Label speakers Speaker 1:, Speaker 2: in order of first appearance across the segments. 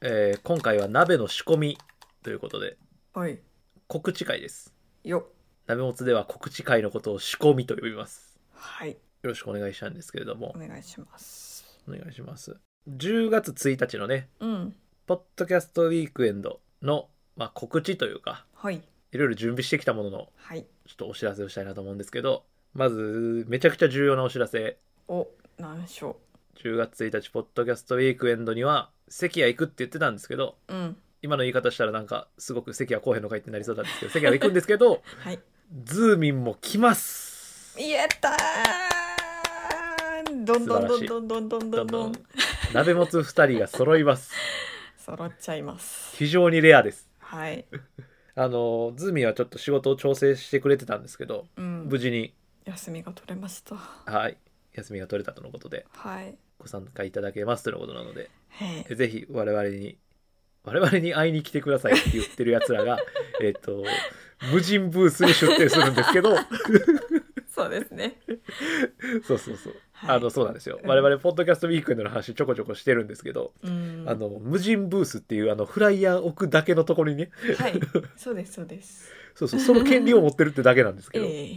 Speaker 1: えー今回は鍋の仕込みということで
Speaker 2: はい。
Speaker 1: 告知会です
Speaker 2: よ。
Speaker 1: 鍋もつでは告知会のことを仕込みと呼びます
Speaker 2: はい。
Speaker 1: よろしくお願いしたいんですけれども
Speaker 2: お願いします。
Speaker 1: お願いします10月1日のね
Speaker 2: うん。
Speaker 1: ポッドキャストウィークエンドの、まあ、告知というか
Speaker 2: はい。
Speaker 1: いろいろ準備してきたものの
Speaker 2: はい。
Speaker 1: ちょっとお知らせをしたいなと思うんですけどまずめちゃくちゃ重要なお知らせ
Speaker 2: お、なんでしょ
Speaker 1: 10月1日ポッドキャストウィークエンドには関谷行くって言ってたんですけど
Speaker 2: う。うん。
Speaker 1: 今の言い方したらなんかすごく関谷後編の回ってなりそうなんですけど関谷は行くんですけど
Speaker 2: はい。
Speaker 1: ズーミンも来ます
Speaker 2: やったーどんどんどんどんどんどんどんどん
Speaker 1: 鍋持つ2人が揃い ます
Speaker 2: 揃っちゃいます。
Speaker 1: 非常にレアです
Speaker 2: はい。
Speaker 1: あのズーミンはちょっと仕事を調整してくれてたんですけど
Speaker 2: うん
Speaker 1: 無。事に
Speaker 2: 休みが取れました。
Speaker 1: はい休みが取れたとのことで
Speaker 2: はい。
Speaker 1: ご参加いただけますとのことなので
Speaker 2: へ
Speaker 1: ぜひ我々に我々に会いに来てくださいって言ってるやつら がえっと無人ブースに出店するんです けど
Speaker 2: そうですね。
Speaker 1: そうそうそう、
Speaker 2: はい
Speaker 1: あのそうなんですよ
Speaker 2: うん
Speaker 1: 我々ポッドキャストウィークエンドの話ちょこちょこしてるんですけど、
Speaker 2: うん。
Speaker 1: あの無人ブースっていうあのフライヤー置くだけのところにね
Speaker 2: はい。そうです、そうです。
Speaker 1: そうそうその権利を持ってるってだけなんですけど、
Speaker 2: ええ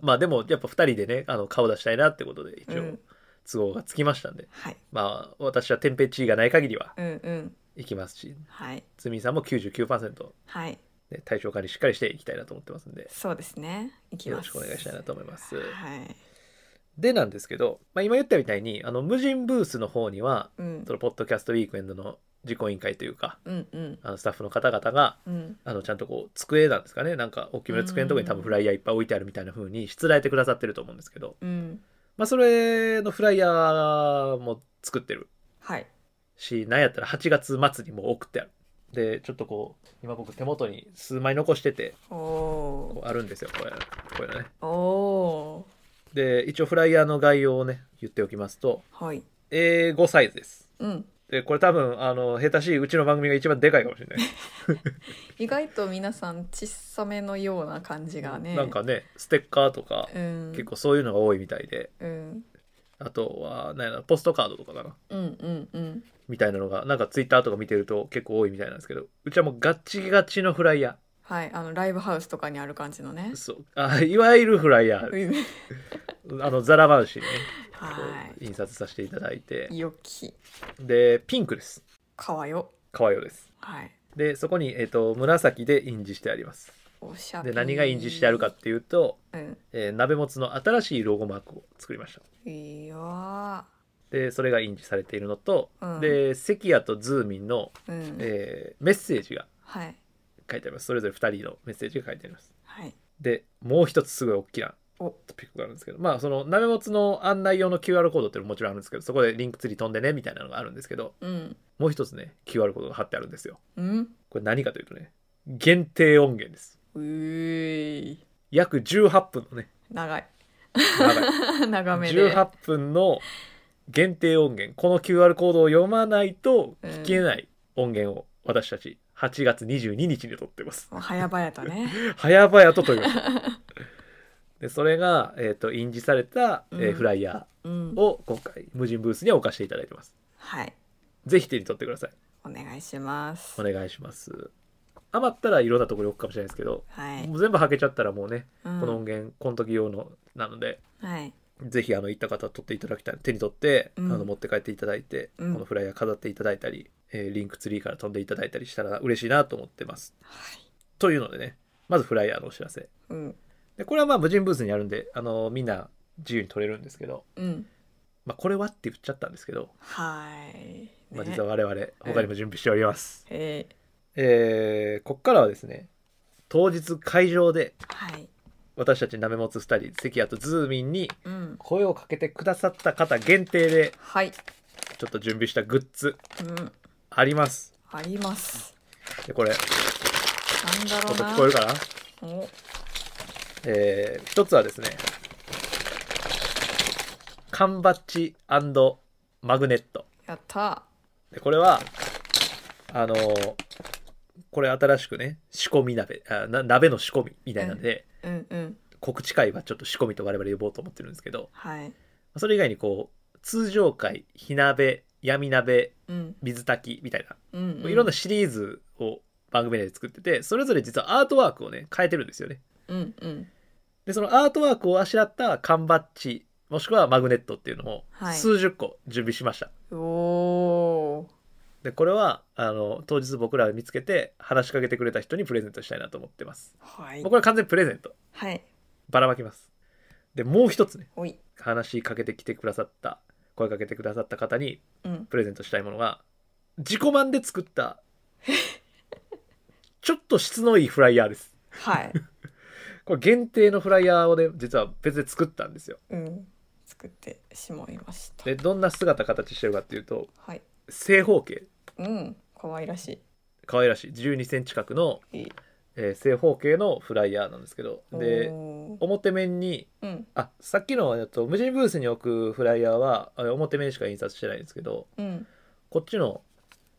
Speaker 1: まあでもやっぱ2人でねあの顔出したいなってことで一
Speaker 2: う
Speaker 1: 応
Speaker 2: ん。
Speaker 1: 都合がつきましたんで、
Speaker 2: はい。
Speaker 1: まあ私は天平地位がない限りは
Speaker 2: うんうん。
Speaker 1: 行きますし
Speaker 2: はい。
Speaker 1: つみさんも99%、
Speaker 2: はい。
Speaker 1: ね、対象化にしっかりしていきたいなと思ってますんで
Speaker 2: そうですね。いき
Speaker 1: よ
Speaker 2: ま
Speaker 1: ろ
Speaker 2: す。
Speaker 1: しくお願いしたいなと思います。
Speaker 2: はい。
Speaker 1: でなんですけど、まあ、今言ったみたいにあの無人ブースの方には
Speaker 2: うん
Speaker 1: そ。のポッドキャストウィークエンドの実行委員会というか
Speaker 2: うんうん。
Speaker 1: あのスタッフの方々が
Speaker 2: うん。
Speaker 1: あのちゃんとこう机なんですかねなんか大きめの机のところに多
Speaker 2: う
Speaker 1: 分
Speaker 2: ん
Speaker 1: フライヤーいっぱい置いてあるみたいな風にしつらえてくださってると思うんですけど、
Speaker 2: うん。
Speaker 1: まあ、それのフライヤーも作ってる
Speaker 2: はい。
Speaker 1: しなんやったら8月末にもう送ってあるでちょっとこう今僕手元に数枚残してて
Speaker 2: お
Speaker 1: こ
Speaker 2: お
Speaker 1: うあるんですよこれこういうのね
Speaker 2: ー。お
Speaker 1: で一応フライヤーの概要をね言っておきますと
Speaker 2: ー。はい。
Speaker 1: A5 サイズです
Speaker 2: うん。
Speaker 1: でこれ多分あの下手しいうちの番組が一番でかいかもしれない
Speaker 2: 意外と皆さん小さめのような感じがね。
Speaker 1: なんかねステッカーとか、
Speaker 2: うん。
Speaker 1: 結構そういうのが多いみたいで
Speaker 2: うん。
Speaker 1: あとはなんやろポストカードとかかな
Speaker 2: うんうんうん。
Speaker 1: みたいなのがなんかツイッターとか見てると結構多いみたいなんですけどうちはもうガチガチのフライヤ
Speaker 2: はい。あのライブハウスとかにある感じのね
Speaker 1: ー。そうあいわゆるフライヤー
Speaker 2: うん
Speaker 1: あのザラバンシにねこ
Speaker 2: は
Speaker 1: う印刷させていただいて
Speaker 2: い。よき。
Speaker 1: でピンクです
Speaker 2: かわよ。
Speaker 1: 川よです
Speaker 2: はい。
Speaker 1: でそこに、えー、と紫で印字してあります
Speaker 2: おしゃべ
Speaker 1: で
Speaker 2: り。
Speaker 1: 何が印字してあるかっ。ていうと、
Speaker 2: うん。
Speaker 1: えー鍋もつの新しいロゴマークを作りました
Speaker 2: いやー。
Speaker 1: でそれが印字されているのと、
Speaker 2: うん
Speaker 1: で関谷とズーミンの、
Speaker 2: うん。
Speaker 1: えーメッセージが
Speaker 2: はい。
Speaker 1: 書いてありますそれぞれ2人のメッセージが書いてあります
Speaker 2: はい。
Speaker 1: でもう一つすごい大きな
Speaker 2: お
Speaker 1: トピックがあるんですけどまあその鍋もつの案内用の QR コードっていうのももちろんあるんですけどそこでリンクツリー飛んでねみたいなのがあるんですけど
Speaker 2: うん。
Speaker 1: もう一つね QR コードが貼ってあるんですよ
Speaker 2: うん。
Speaker 1: これ何かというとね限定音源です
Speaker 2: うーい。
Speaker 1: 約18分のね
Speaker 2: 長い。
Speaker 1: 長い
Speaker 2: 長めで。
Speaker 1: 18分の限定音源この QR コードを読まないと聞けない音源を私たち8月22日に撮ってます、
Speaker 2: もう早々とね。
Speaker 1: 早々とという でそれが、えー、と印字された、えー
Speaker 2: うん
Speaker 1: フライヤ
Speaker 2: うん
Speaker 1: ー。を今回無人ブースには置かせていただいてます
Speaker 2: はい。
Speaker 1: ぜひ手に取ってください
Speaker 2: お願いします。
Speaker 1: お
Speaker 2: はい。
Speaker 1: 願いします余ったらいろんなところに置くかもしれないですけど、もう全部はけちゃったらもうね、
Speaker 2: うん
Speaker 1: この音源この時用のなので
Speaker 2: はい。
Speaker 1: ぜひあの行った方取っていただきたい手に取って、
Speaker 2: うん
Speaker 1: あの持って帰っていただいて、
Speaker 2: うん
Speaker 1: このフライヤー飾っていただいたり、えーリンクツリーから飛んでいただいたりしたら嬉しいなと思ってます。
Speaker 2: はい。
Speaker 1: というのでねまずフライヤーのお知らせ
Speaker 2: うん。
Speaker 1: でこれはまあ無人ブースにあるんであのみんな自由に取れるんですけど、
Speaker 2: うん。
Speaker 1: まあ、これはって言っちゃったんですけど、
Speaker 2: はい。
Speaker 1: まあ、
Speaker 2: ね
Speaker 1: 実は我々他にも準備しております。
Speaker 2: え
Speaker 1: えーこっからはですね当日会場で
Speaker 2: ーはい。
Speaker 1: 私たちなめもつ2人関谷とズーミンに
Speaker 2: うん。
Speaker 1: 声をかけてくださった方限定で
Speaker 2: はい。
Speaker 1: ちょっと準備したグッズ
Speaker 2: うん。
Speaker 1: あります。
Speaker 2: あります。
Speaker 1: でこれち
Speaker 2: なん
Speaker 1: ょ
Speaker 2: だろ
Speaker 1: っ
Speaker 2: う
Speaker 1: と
Speaker 2: な。
Speaker 1: 聞こえるかな、
Speaker 2: お
Speaker 1: えー、一つはですね缶バッジマグネット
Speaker 2: やった。
Speaker 1: でこれはあのーこれ新しくね仕込み鍋あな鍋の仕込みみたいなんで、
Speaker 2: うんうん。
Speaker 1: 告知会はちょっと仕込みと我々呼ぼうと思ってるんですけど
Speaker 2: はい。
Speaker 1: それ以外にこう通常会火鍋闇鍋
Speaker 2: うん
Speaker 1: 水炊きみたいな、
Speaker 2: うんうん
Speaker 1: いろんなシリーズを番組内で作っててそれぞれ実はアートワークをね変えてるんですよね
Speaker 2: うんうん
Speaker 1: でそのアートワークをあしらった缶バッジもしくはマグネットっていうのを
Speaker 2: はい
Speaker 1: 数十個準備しました、
Speaker 2: おー
Speaker 1: でこれはあの当日僕らが見つけて話しかけてくれた人にプレゼントしたいなと思ってます、
Speaker 2: は
Speaker 1: もうこれは完全にプレゼント
Speaker 2: はい
Speaker 1: ばらまきますでもう一つね
Speaker 2: おい
Speaker 1: 話しかけてきてくださった声かけてくださった方に
Speaker 2: うん
Speaker 1: プレゼントしたいものが自己満で作った ちょっと質のいいフライヤーです
Speaker 2: はい
Speaker 1: これ限定のフライヤーをね実は別で作ったんですよ
Speaker 2: うん作ってしまいました
Speaker 1: でどんな姿形してるかっていうと
Speaker 2: はい
Speaker 1: 正方形
Speaker 2: うん可愛らし
Speaker 1: 可愛らしい1 2センチ角の、
Speaker 2: いいい
Speaker 1: えー正方形のフライヤーなんですけどで
Speaker 2: おー
Speaker 1: 表面に
Speaker 2: うん
Speaker 1: あさっきの、えっと、無人ブースに置くフライヤーはあ表面しか印刷してないんですけど
Speaker 2: うん
Speaker 1: こっちの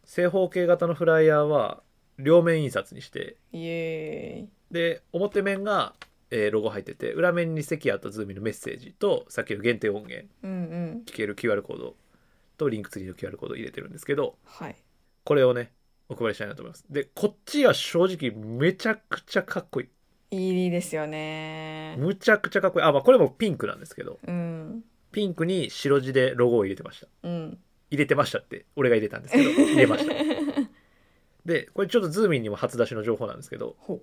Speaker 1: 正方形型のフライヤーは両面印刷にして
Speaker 2: イエーイ
Speaker 1: で表面が、えーロゴ入ってて裏面に関谷とズーミのメッセージとさっきの限定音源
Speaker 2: うんうん
Speaker 1: 聞ける QR コードとリンクツリーの QR コードを入れてるんですけど
Speaker 2: はい
Speaker 1: これをねお配りしたいなと思いますでこっちは正直めちゃくちゃかっこいい
Speaker 2: いいですよね
Speaker 1: むちゃくちゃかっこいいあまあこれもピンクなんですけど
Speaker 2: うん
Speaker 1: ピンクに白地でロゴを入れてました
Speaker 2: うん
Speaker 1: 入れてましたって俺が入れたんですけど入れましたでこれちょっとズーミンにも初出しの情報なんですけど
Speaker 2: ほ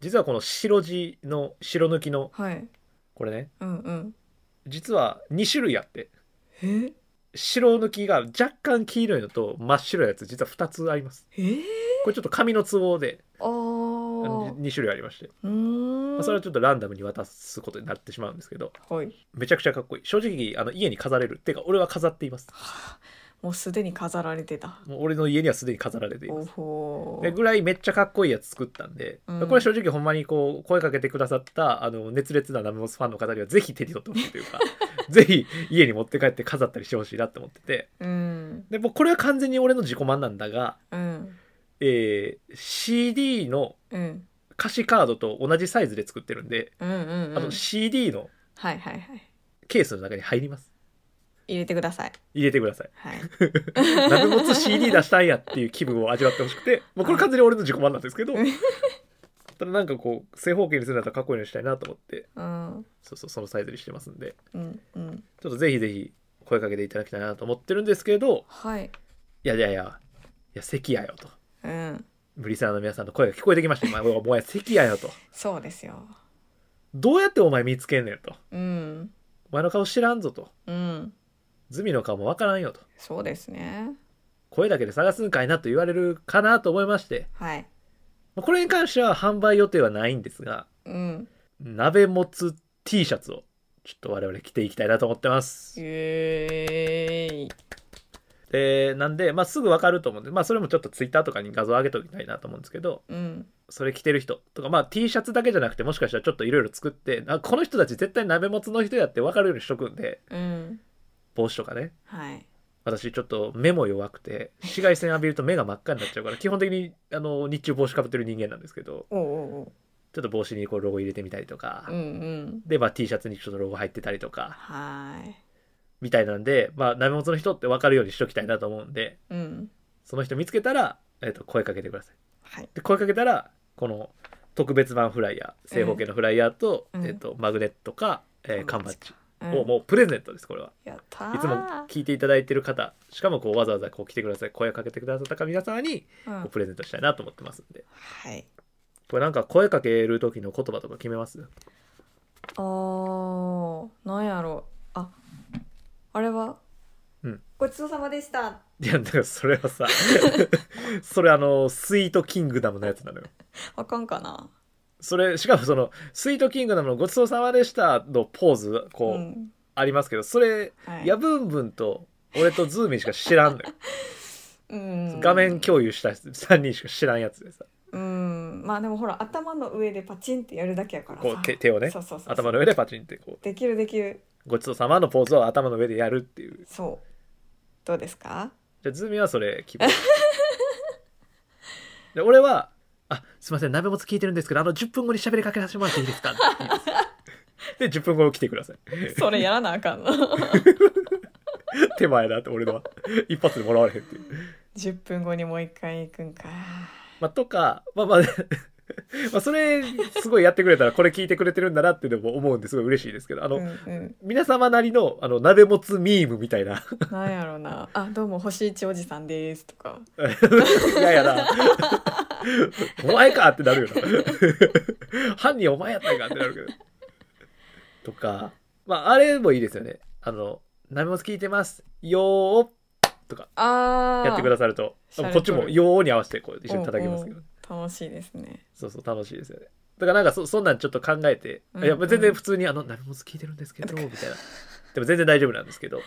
Speaker 1: 実はこの白地の白抜きの
Speaker 2: はい
Speaker 1: これね
Speaker 2: うんうん
Speaker 1: 実は2種類あって
Speaker 2: え
Speaker 1: 白抜きが若干黄色いのと真っ白いやつ実は2つあります
Speaker 2: えー、
Speaker 1: これちょっと紙の都合で
Speaker 2: あー
Speaker 1: 2種類ありまして、
Speaker 2: うー
Speaker 1: まあ
Speaker 2: ん
Speaker 1: それはちょっとランダムに渡すことになってしまうんですけど
Speaker 2: はい
Speaker 1: めちゃくちゃかっこいい正直あの家に飾れるっていうか俺は飾っています
Speaker 2: もうすでに飾られてた
Speaker 1: もう俺の家にはすでに飾られていま
Speaker 2: お
Speaker 1: す
Speaker 2: ほ
Speaker 1: でぐらいめっちゃかっこいいやつ作ったんで、
Speaker 2: うん
Speaker 1: これは正直ほんまにこう声かけてくださったあの熱烈なナムモスファンの方にはぜひ手に取ってほしいという かぜひ家に持って帰って飾ったりしてほしいなって思ってて
Speaker 2: うん
Speaker 1: でもうこれは完全に俺の自己満なんだが、
Speaker 2: うん
Speaker 1: えー CD の
Speaker 2: うん
Speaker 1: 歌詞カードと同じサイズで作ってるんで、
Speaker 2: うんうん
Speaker 1: あ
Speaker 2: うん
Speaker 1: の CD の
Speaker 2: はいはいはい
Speaker 1: ケースの中に入ります
Speaker 2: 入れてください
Speaker 1: 入れてください
Speaker 2: はい
Speaker 1: ナムモツ CD 出したんやっていう気分を味わってほしくて、もうこれ完全に俺の自己満なんです けど、
Speaker 2: うん
Speaker 1: ただなんかこう、正方形にするんだったらかっこいいのにしたいなと思って、
Speaker 2: うん
Speaker 1: そうそう、そのサイズにしてますんで、
Speaker 2: うんうん
Speaker 1: ちょっとぜひぜひ声かけていただきたいなと思ってるんですけど、
Speaker 2: はい
Speaker 1: いやいやいや、いや、関やよと。
Speaker 2: うん
Speaker 1: 無理さんの皆さんの声が聞こえてきました。今、お前、関やよと。
Speaker 2: そうですよ
Speaker 1: どうやってお前見つけんねんと。
Speaker 2: うん
Speaker 1: お前の顔知らんぞと。
Speaker 2: うん
Speaker 1: ズミの顔もわからんよと。
Speaker 2: そうですね
Speaker 1: 声だけで探すんかいなと言われるかなと思いまして、
Speaker 2: はい
Speaker 1: まあこれに関しては販売予定はないんですが、
Speaker 2: うん
Speaker 1: 鍋もつ T シャツをちょっと我々着ていきたいなと思ってます
Speaker 2: イ。エーイ
Speaker 1: でなんで、まあ、すぐわかると思うんで、まあ、それもちょっとツイッターとかに画像上げときたいなと思うんですけど
Speaker 2: うん
Speaker 1: それ着てる人とか、まあ、T シャツだけじゃなくてもしかしたらちょっといろいろ作ってあこの人たち絶対鍋もつの人やってわかるようにしとくんで
Speaker 2: うん
Speaker 1: 帽子とかね
Speaker 2: はい
Speaker 1: 私ちょっと目も弱くて紫外線浴びると目が真っ赤になっちゃうから基本的にあの日中帽子かぶってる人間なんですけど
Speaker 2: おうおう
Speaker 1: ちょっと帽子にこうロゴ入れてみたりとか
Speaker 2: おううんうん
Speaker 1: で、まあ、T シャツにちょっとロゴ入ってたりとか
Speaker 2: はい
Speaker 1: みたいなんで、まあ、ダメ元の人って分かるようにしときたいなと思うんで、
Speaker 2: うん
Speaker 1: その人見つけたら、えっ、と、声かけてください。
Speaker 2: はい
Speaker 1: で、声かけたら、この特別版フライヤー、正方形のフライヤーと、
Speaker 2: うん
Speaker 1: えっ、と、マグネットか、えー缶バッジ
Speaker 2: う
Speaker 1: を
Speaker 2: ん
Speaker 1: もうプレゼントです、これは。
Speaker 2: やったー
Speaker 1: いつも聞いていただいてる方、しかもこう、わざわざこう来てください、声かけてくださったか皆さんに、
Speaker 2: うん
Speaker 1: こうプレゼントしたいなと思ってますんで。
Speaker 2: はい
Speaker 1: これなんか声かける時の言葉とか決めます
Speaker 2: あーなんやろうああれは、
Speaker 1: うん、
Speaker 2: ごちそうさまでした
Speaker 1: いや、だからそれはさ、 それあの、スイートキングダムのやつなのよ。
Speaker 2: あかんかな
Speaker 1: それしかもその「スイートキングダムのごちそうさまでした」のポーズこう、
Speaker 2: ん
Speaker 1: ありますけどそれ、
Speaker 2: はい、
Speaker 1: ヤブンブンと俺とズーミンしか知らんのよ
Speaker 2: うん
Speaker 1: 画面共有した3人しか知らんやつでさ
Speaker 2: うんまあでもほら頭の上でパチンってやるだけやからさ
Speaker 1: こう手手をね
Speaker 2: そうそうそう
Speaker 1: 頭の上でパチンってこ
Speaker 2: できるできる
Speaker 1: うごちそうさまのポーズを頭の上でやるっていう
Speaker 2: そうどうですか
Speaker 1: じゃあズーミンはそれ 希望で俺は「あすいません鍋もつ聞いてるんですけどあの10分後に喋りかけさせてもらっていい ですか?」いいですで10分後来てください
Speaker 2: それやらなあかんの
Speaker 1: 手前だって俺のは一発でもらわれへんっていう
Speaker 2: 10分後にもう一回行くんか
Speaker 1: まあ、とか、まあまあ、 まあそれすごいやってくれたらこれ聞いてくれてるんだなっていうのも思うんですごい嬉しいですけどあの、
Speaker 2: うんうん
Speaker 1: 皆様なりのあのなでもつミームみたいな
Speaker 2: なんやろな「あどうも星一おじさんです」とか
Speaker 1: いやいやな お前かってなるよな 犯人お前やったんかってなるけどとかまああれもいいですよねあの「なでもつ聞いてますよー」とか
Speaker 2: あー
Speaker 1: やってくださると
Speaker 2: あー
Speaker 1: こっちも「よー」に合わせてこう一緒に叩きますけど
Speaker 2: うんうん楽しいですね
Speaker 1: そうそう、楽しいですよね。だからなんかそ、そんなんちょっと考えて、
Speaker 2: うん
Speaker 1: いや全然普通に、あの、ナメモス聞いてるんですけど、 みたいな。でも全然大丈夫なんですけど、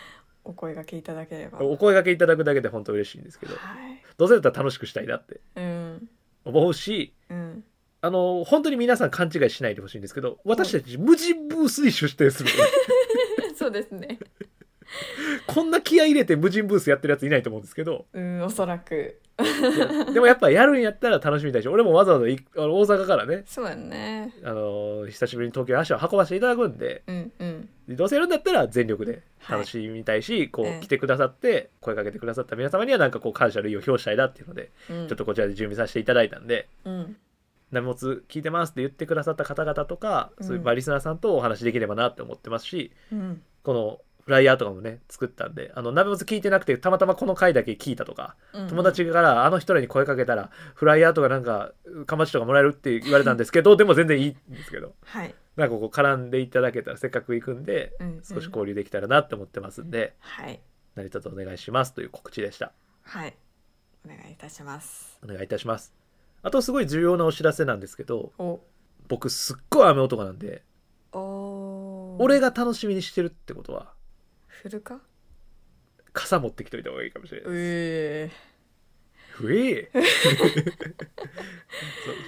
Speaker 2: お声がけいただければ
Speaker 1: お声掛けいただくだけで本当嬉しいんですけど、
Speaker 2: はい
Speaker 1: どうせだったら楽しくしたいなって
Speaker 2: うん
Speaker 1: 思うし、
Speaker 2: うん
Speaker 1: あの、本当に皆さん勘違いしないでほしいんですけど、私たち無人ブースに出店する。
Speaker 2: そうですね
Speaker 1: こんな気合い入れて無人ブースやってるやついないと思うんですけど、
Speaker 2: うんおそらく
Speaker 1: いやでもやっぱやるんやったら楽しみたいし、俺もわざわざいあの大阪からね、
Speaker 2: そうやね
Speaker 1: あの、久しぶりに東京に足を運ばせていただくんで、
Speaker 2: うんうん
Speaker 1: どうせやるんだったら全力で
Speaker 2: はい
Speaker 1: 楽しみたいし、こ
Speaker 2: ええ
Speaker 1: う来てくださって声かけてくださった皆様にはなんかこう感謝の意を表したいなっていうので、
Speaker 2: うん
Speaker 1: ちょっとこちらで準備させていただいたんで
Speaker 2: うん
Speaker 1: 「なめもつ聞いてます」って言ってくださった方々とかそういう
Speaker 2: うん
Speaker 1: まあリスナーさんとお話しできればなって思ってますし、
Speaker 2: うん
Speaker 1: このフライヤーとかもね作ったんであのなめもつ聞いてなくてたまたまこの回だけ聞いたとか、友達からあの人らに声かけたらフライヤーとかなんかかまちとかもらえるって言われたんですけどでも全然いいんですけど
Speaker 2: はい、
Speaker 1: なんかこう絡んでいただけたらせっかく行くんで。
Speaker 2: うんうん
Speaker 1: 少し交流できたらなって思ってますんで、
Speaker 2: はい
Speaker 1: 何卒お願いしますという告知でした
Speaker 2: はいお願いいたします
Speaker 1: お願いいたしますあとすごい重要なお知らせなんですけど
Speaker 2: お
Speaker 1: 僕すっごい雨男なんで
Speaker 2: おー
Speaker 1: 俺が楽しみにしてるってことは
Speaker 2: 振るか
Speaker 1: 傘持ってきといた方がいいかもしれない
Speaker 2: え
Speaker 1: ふえ そう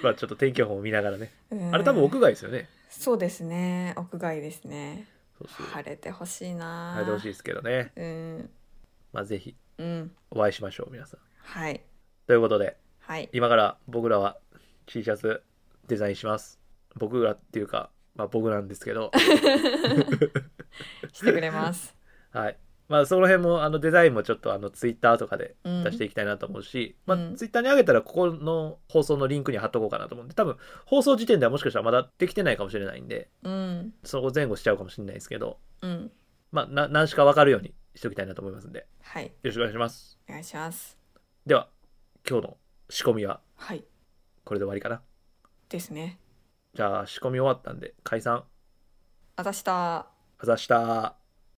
Speaker 1: まあちょっと天気予報を見ながらね
Speaker 2: え
Speaker 1: あれ多分屋外ですよね
Speaker 2: そうですね屋外ですね
Speaker 1: そうそう
Speaker 2: 晴れてほしいな
Speaker 1: 晴れてほしいですけどね
Speaker 2: うん
Speaker 1: まあぜひ
Speaker 2: うん
Speaker 1: お会いしましょう皆さん
Speaker 2: はい
Speaker 1: ということで
Speaker 2: はい
Speaker 1: 今から僕らは T シャツデザインします僕らっていうかまあ僕なんですけど
Speaker 2: してく れます
Speaker 1: はい。まあ、その辺も、あの、デザインもちょっと、あの、ツイッターとかで
Speaker 2: うん
Speaker 1: 出していきたいなと思うし、
Speaker 2: うん
Speaker 1: まあ、ツイッターに上げたら、ここの放送のリンクに貼っとこうかなと思うんで、多分、放送時点ではもしかしたらまだできてないかもしれないんで、
Speaker 2: うん
Speaker 1: そこ前後しちゃうかもしれないですけど、
Speaker 2: うん
Speaker 1: まあ、な、何しかわかるようにしておきたいなと思いますんで、よ
Speaker 2: はい
Speaker 1: ろしくお願いします。
Speaker 2: お願いします
Speaker 1: では、今日の仕込みは
Speaker 2: はい
Speaker 1: これで終わりかな。
Speaker 2: ですね
Speaker 1: じゃあ、仕込み終わったんで、解散、
Speaker 2: あたした
Speaker 1: あざしたー。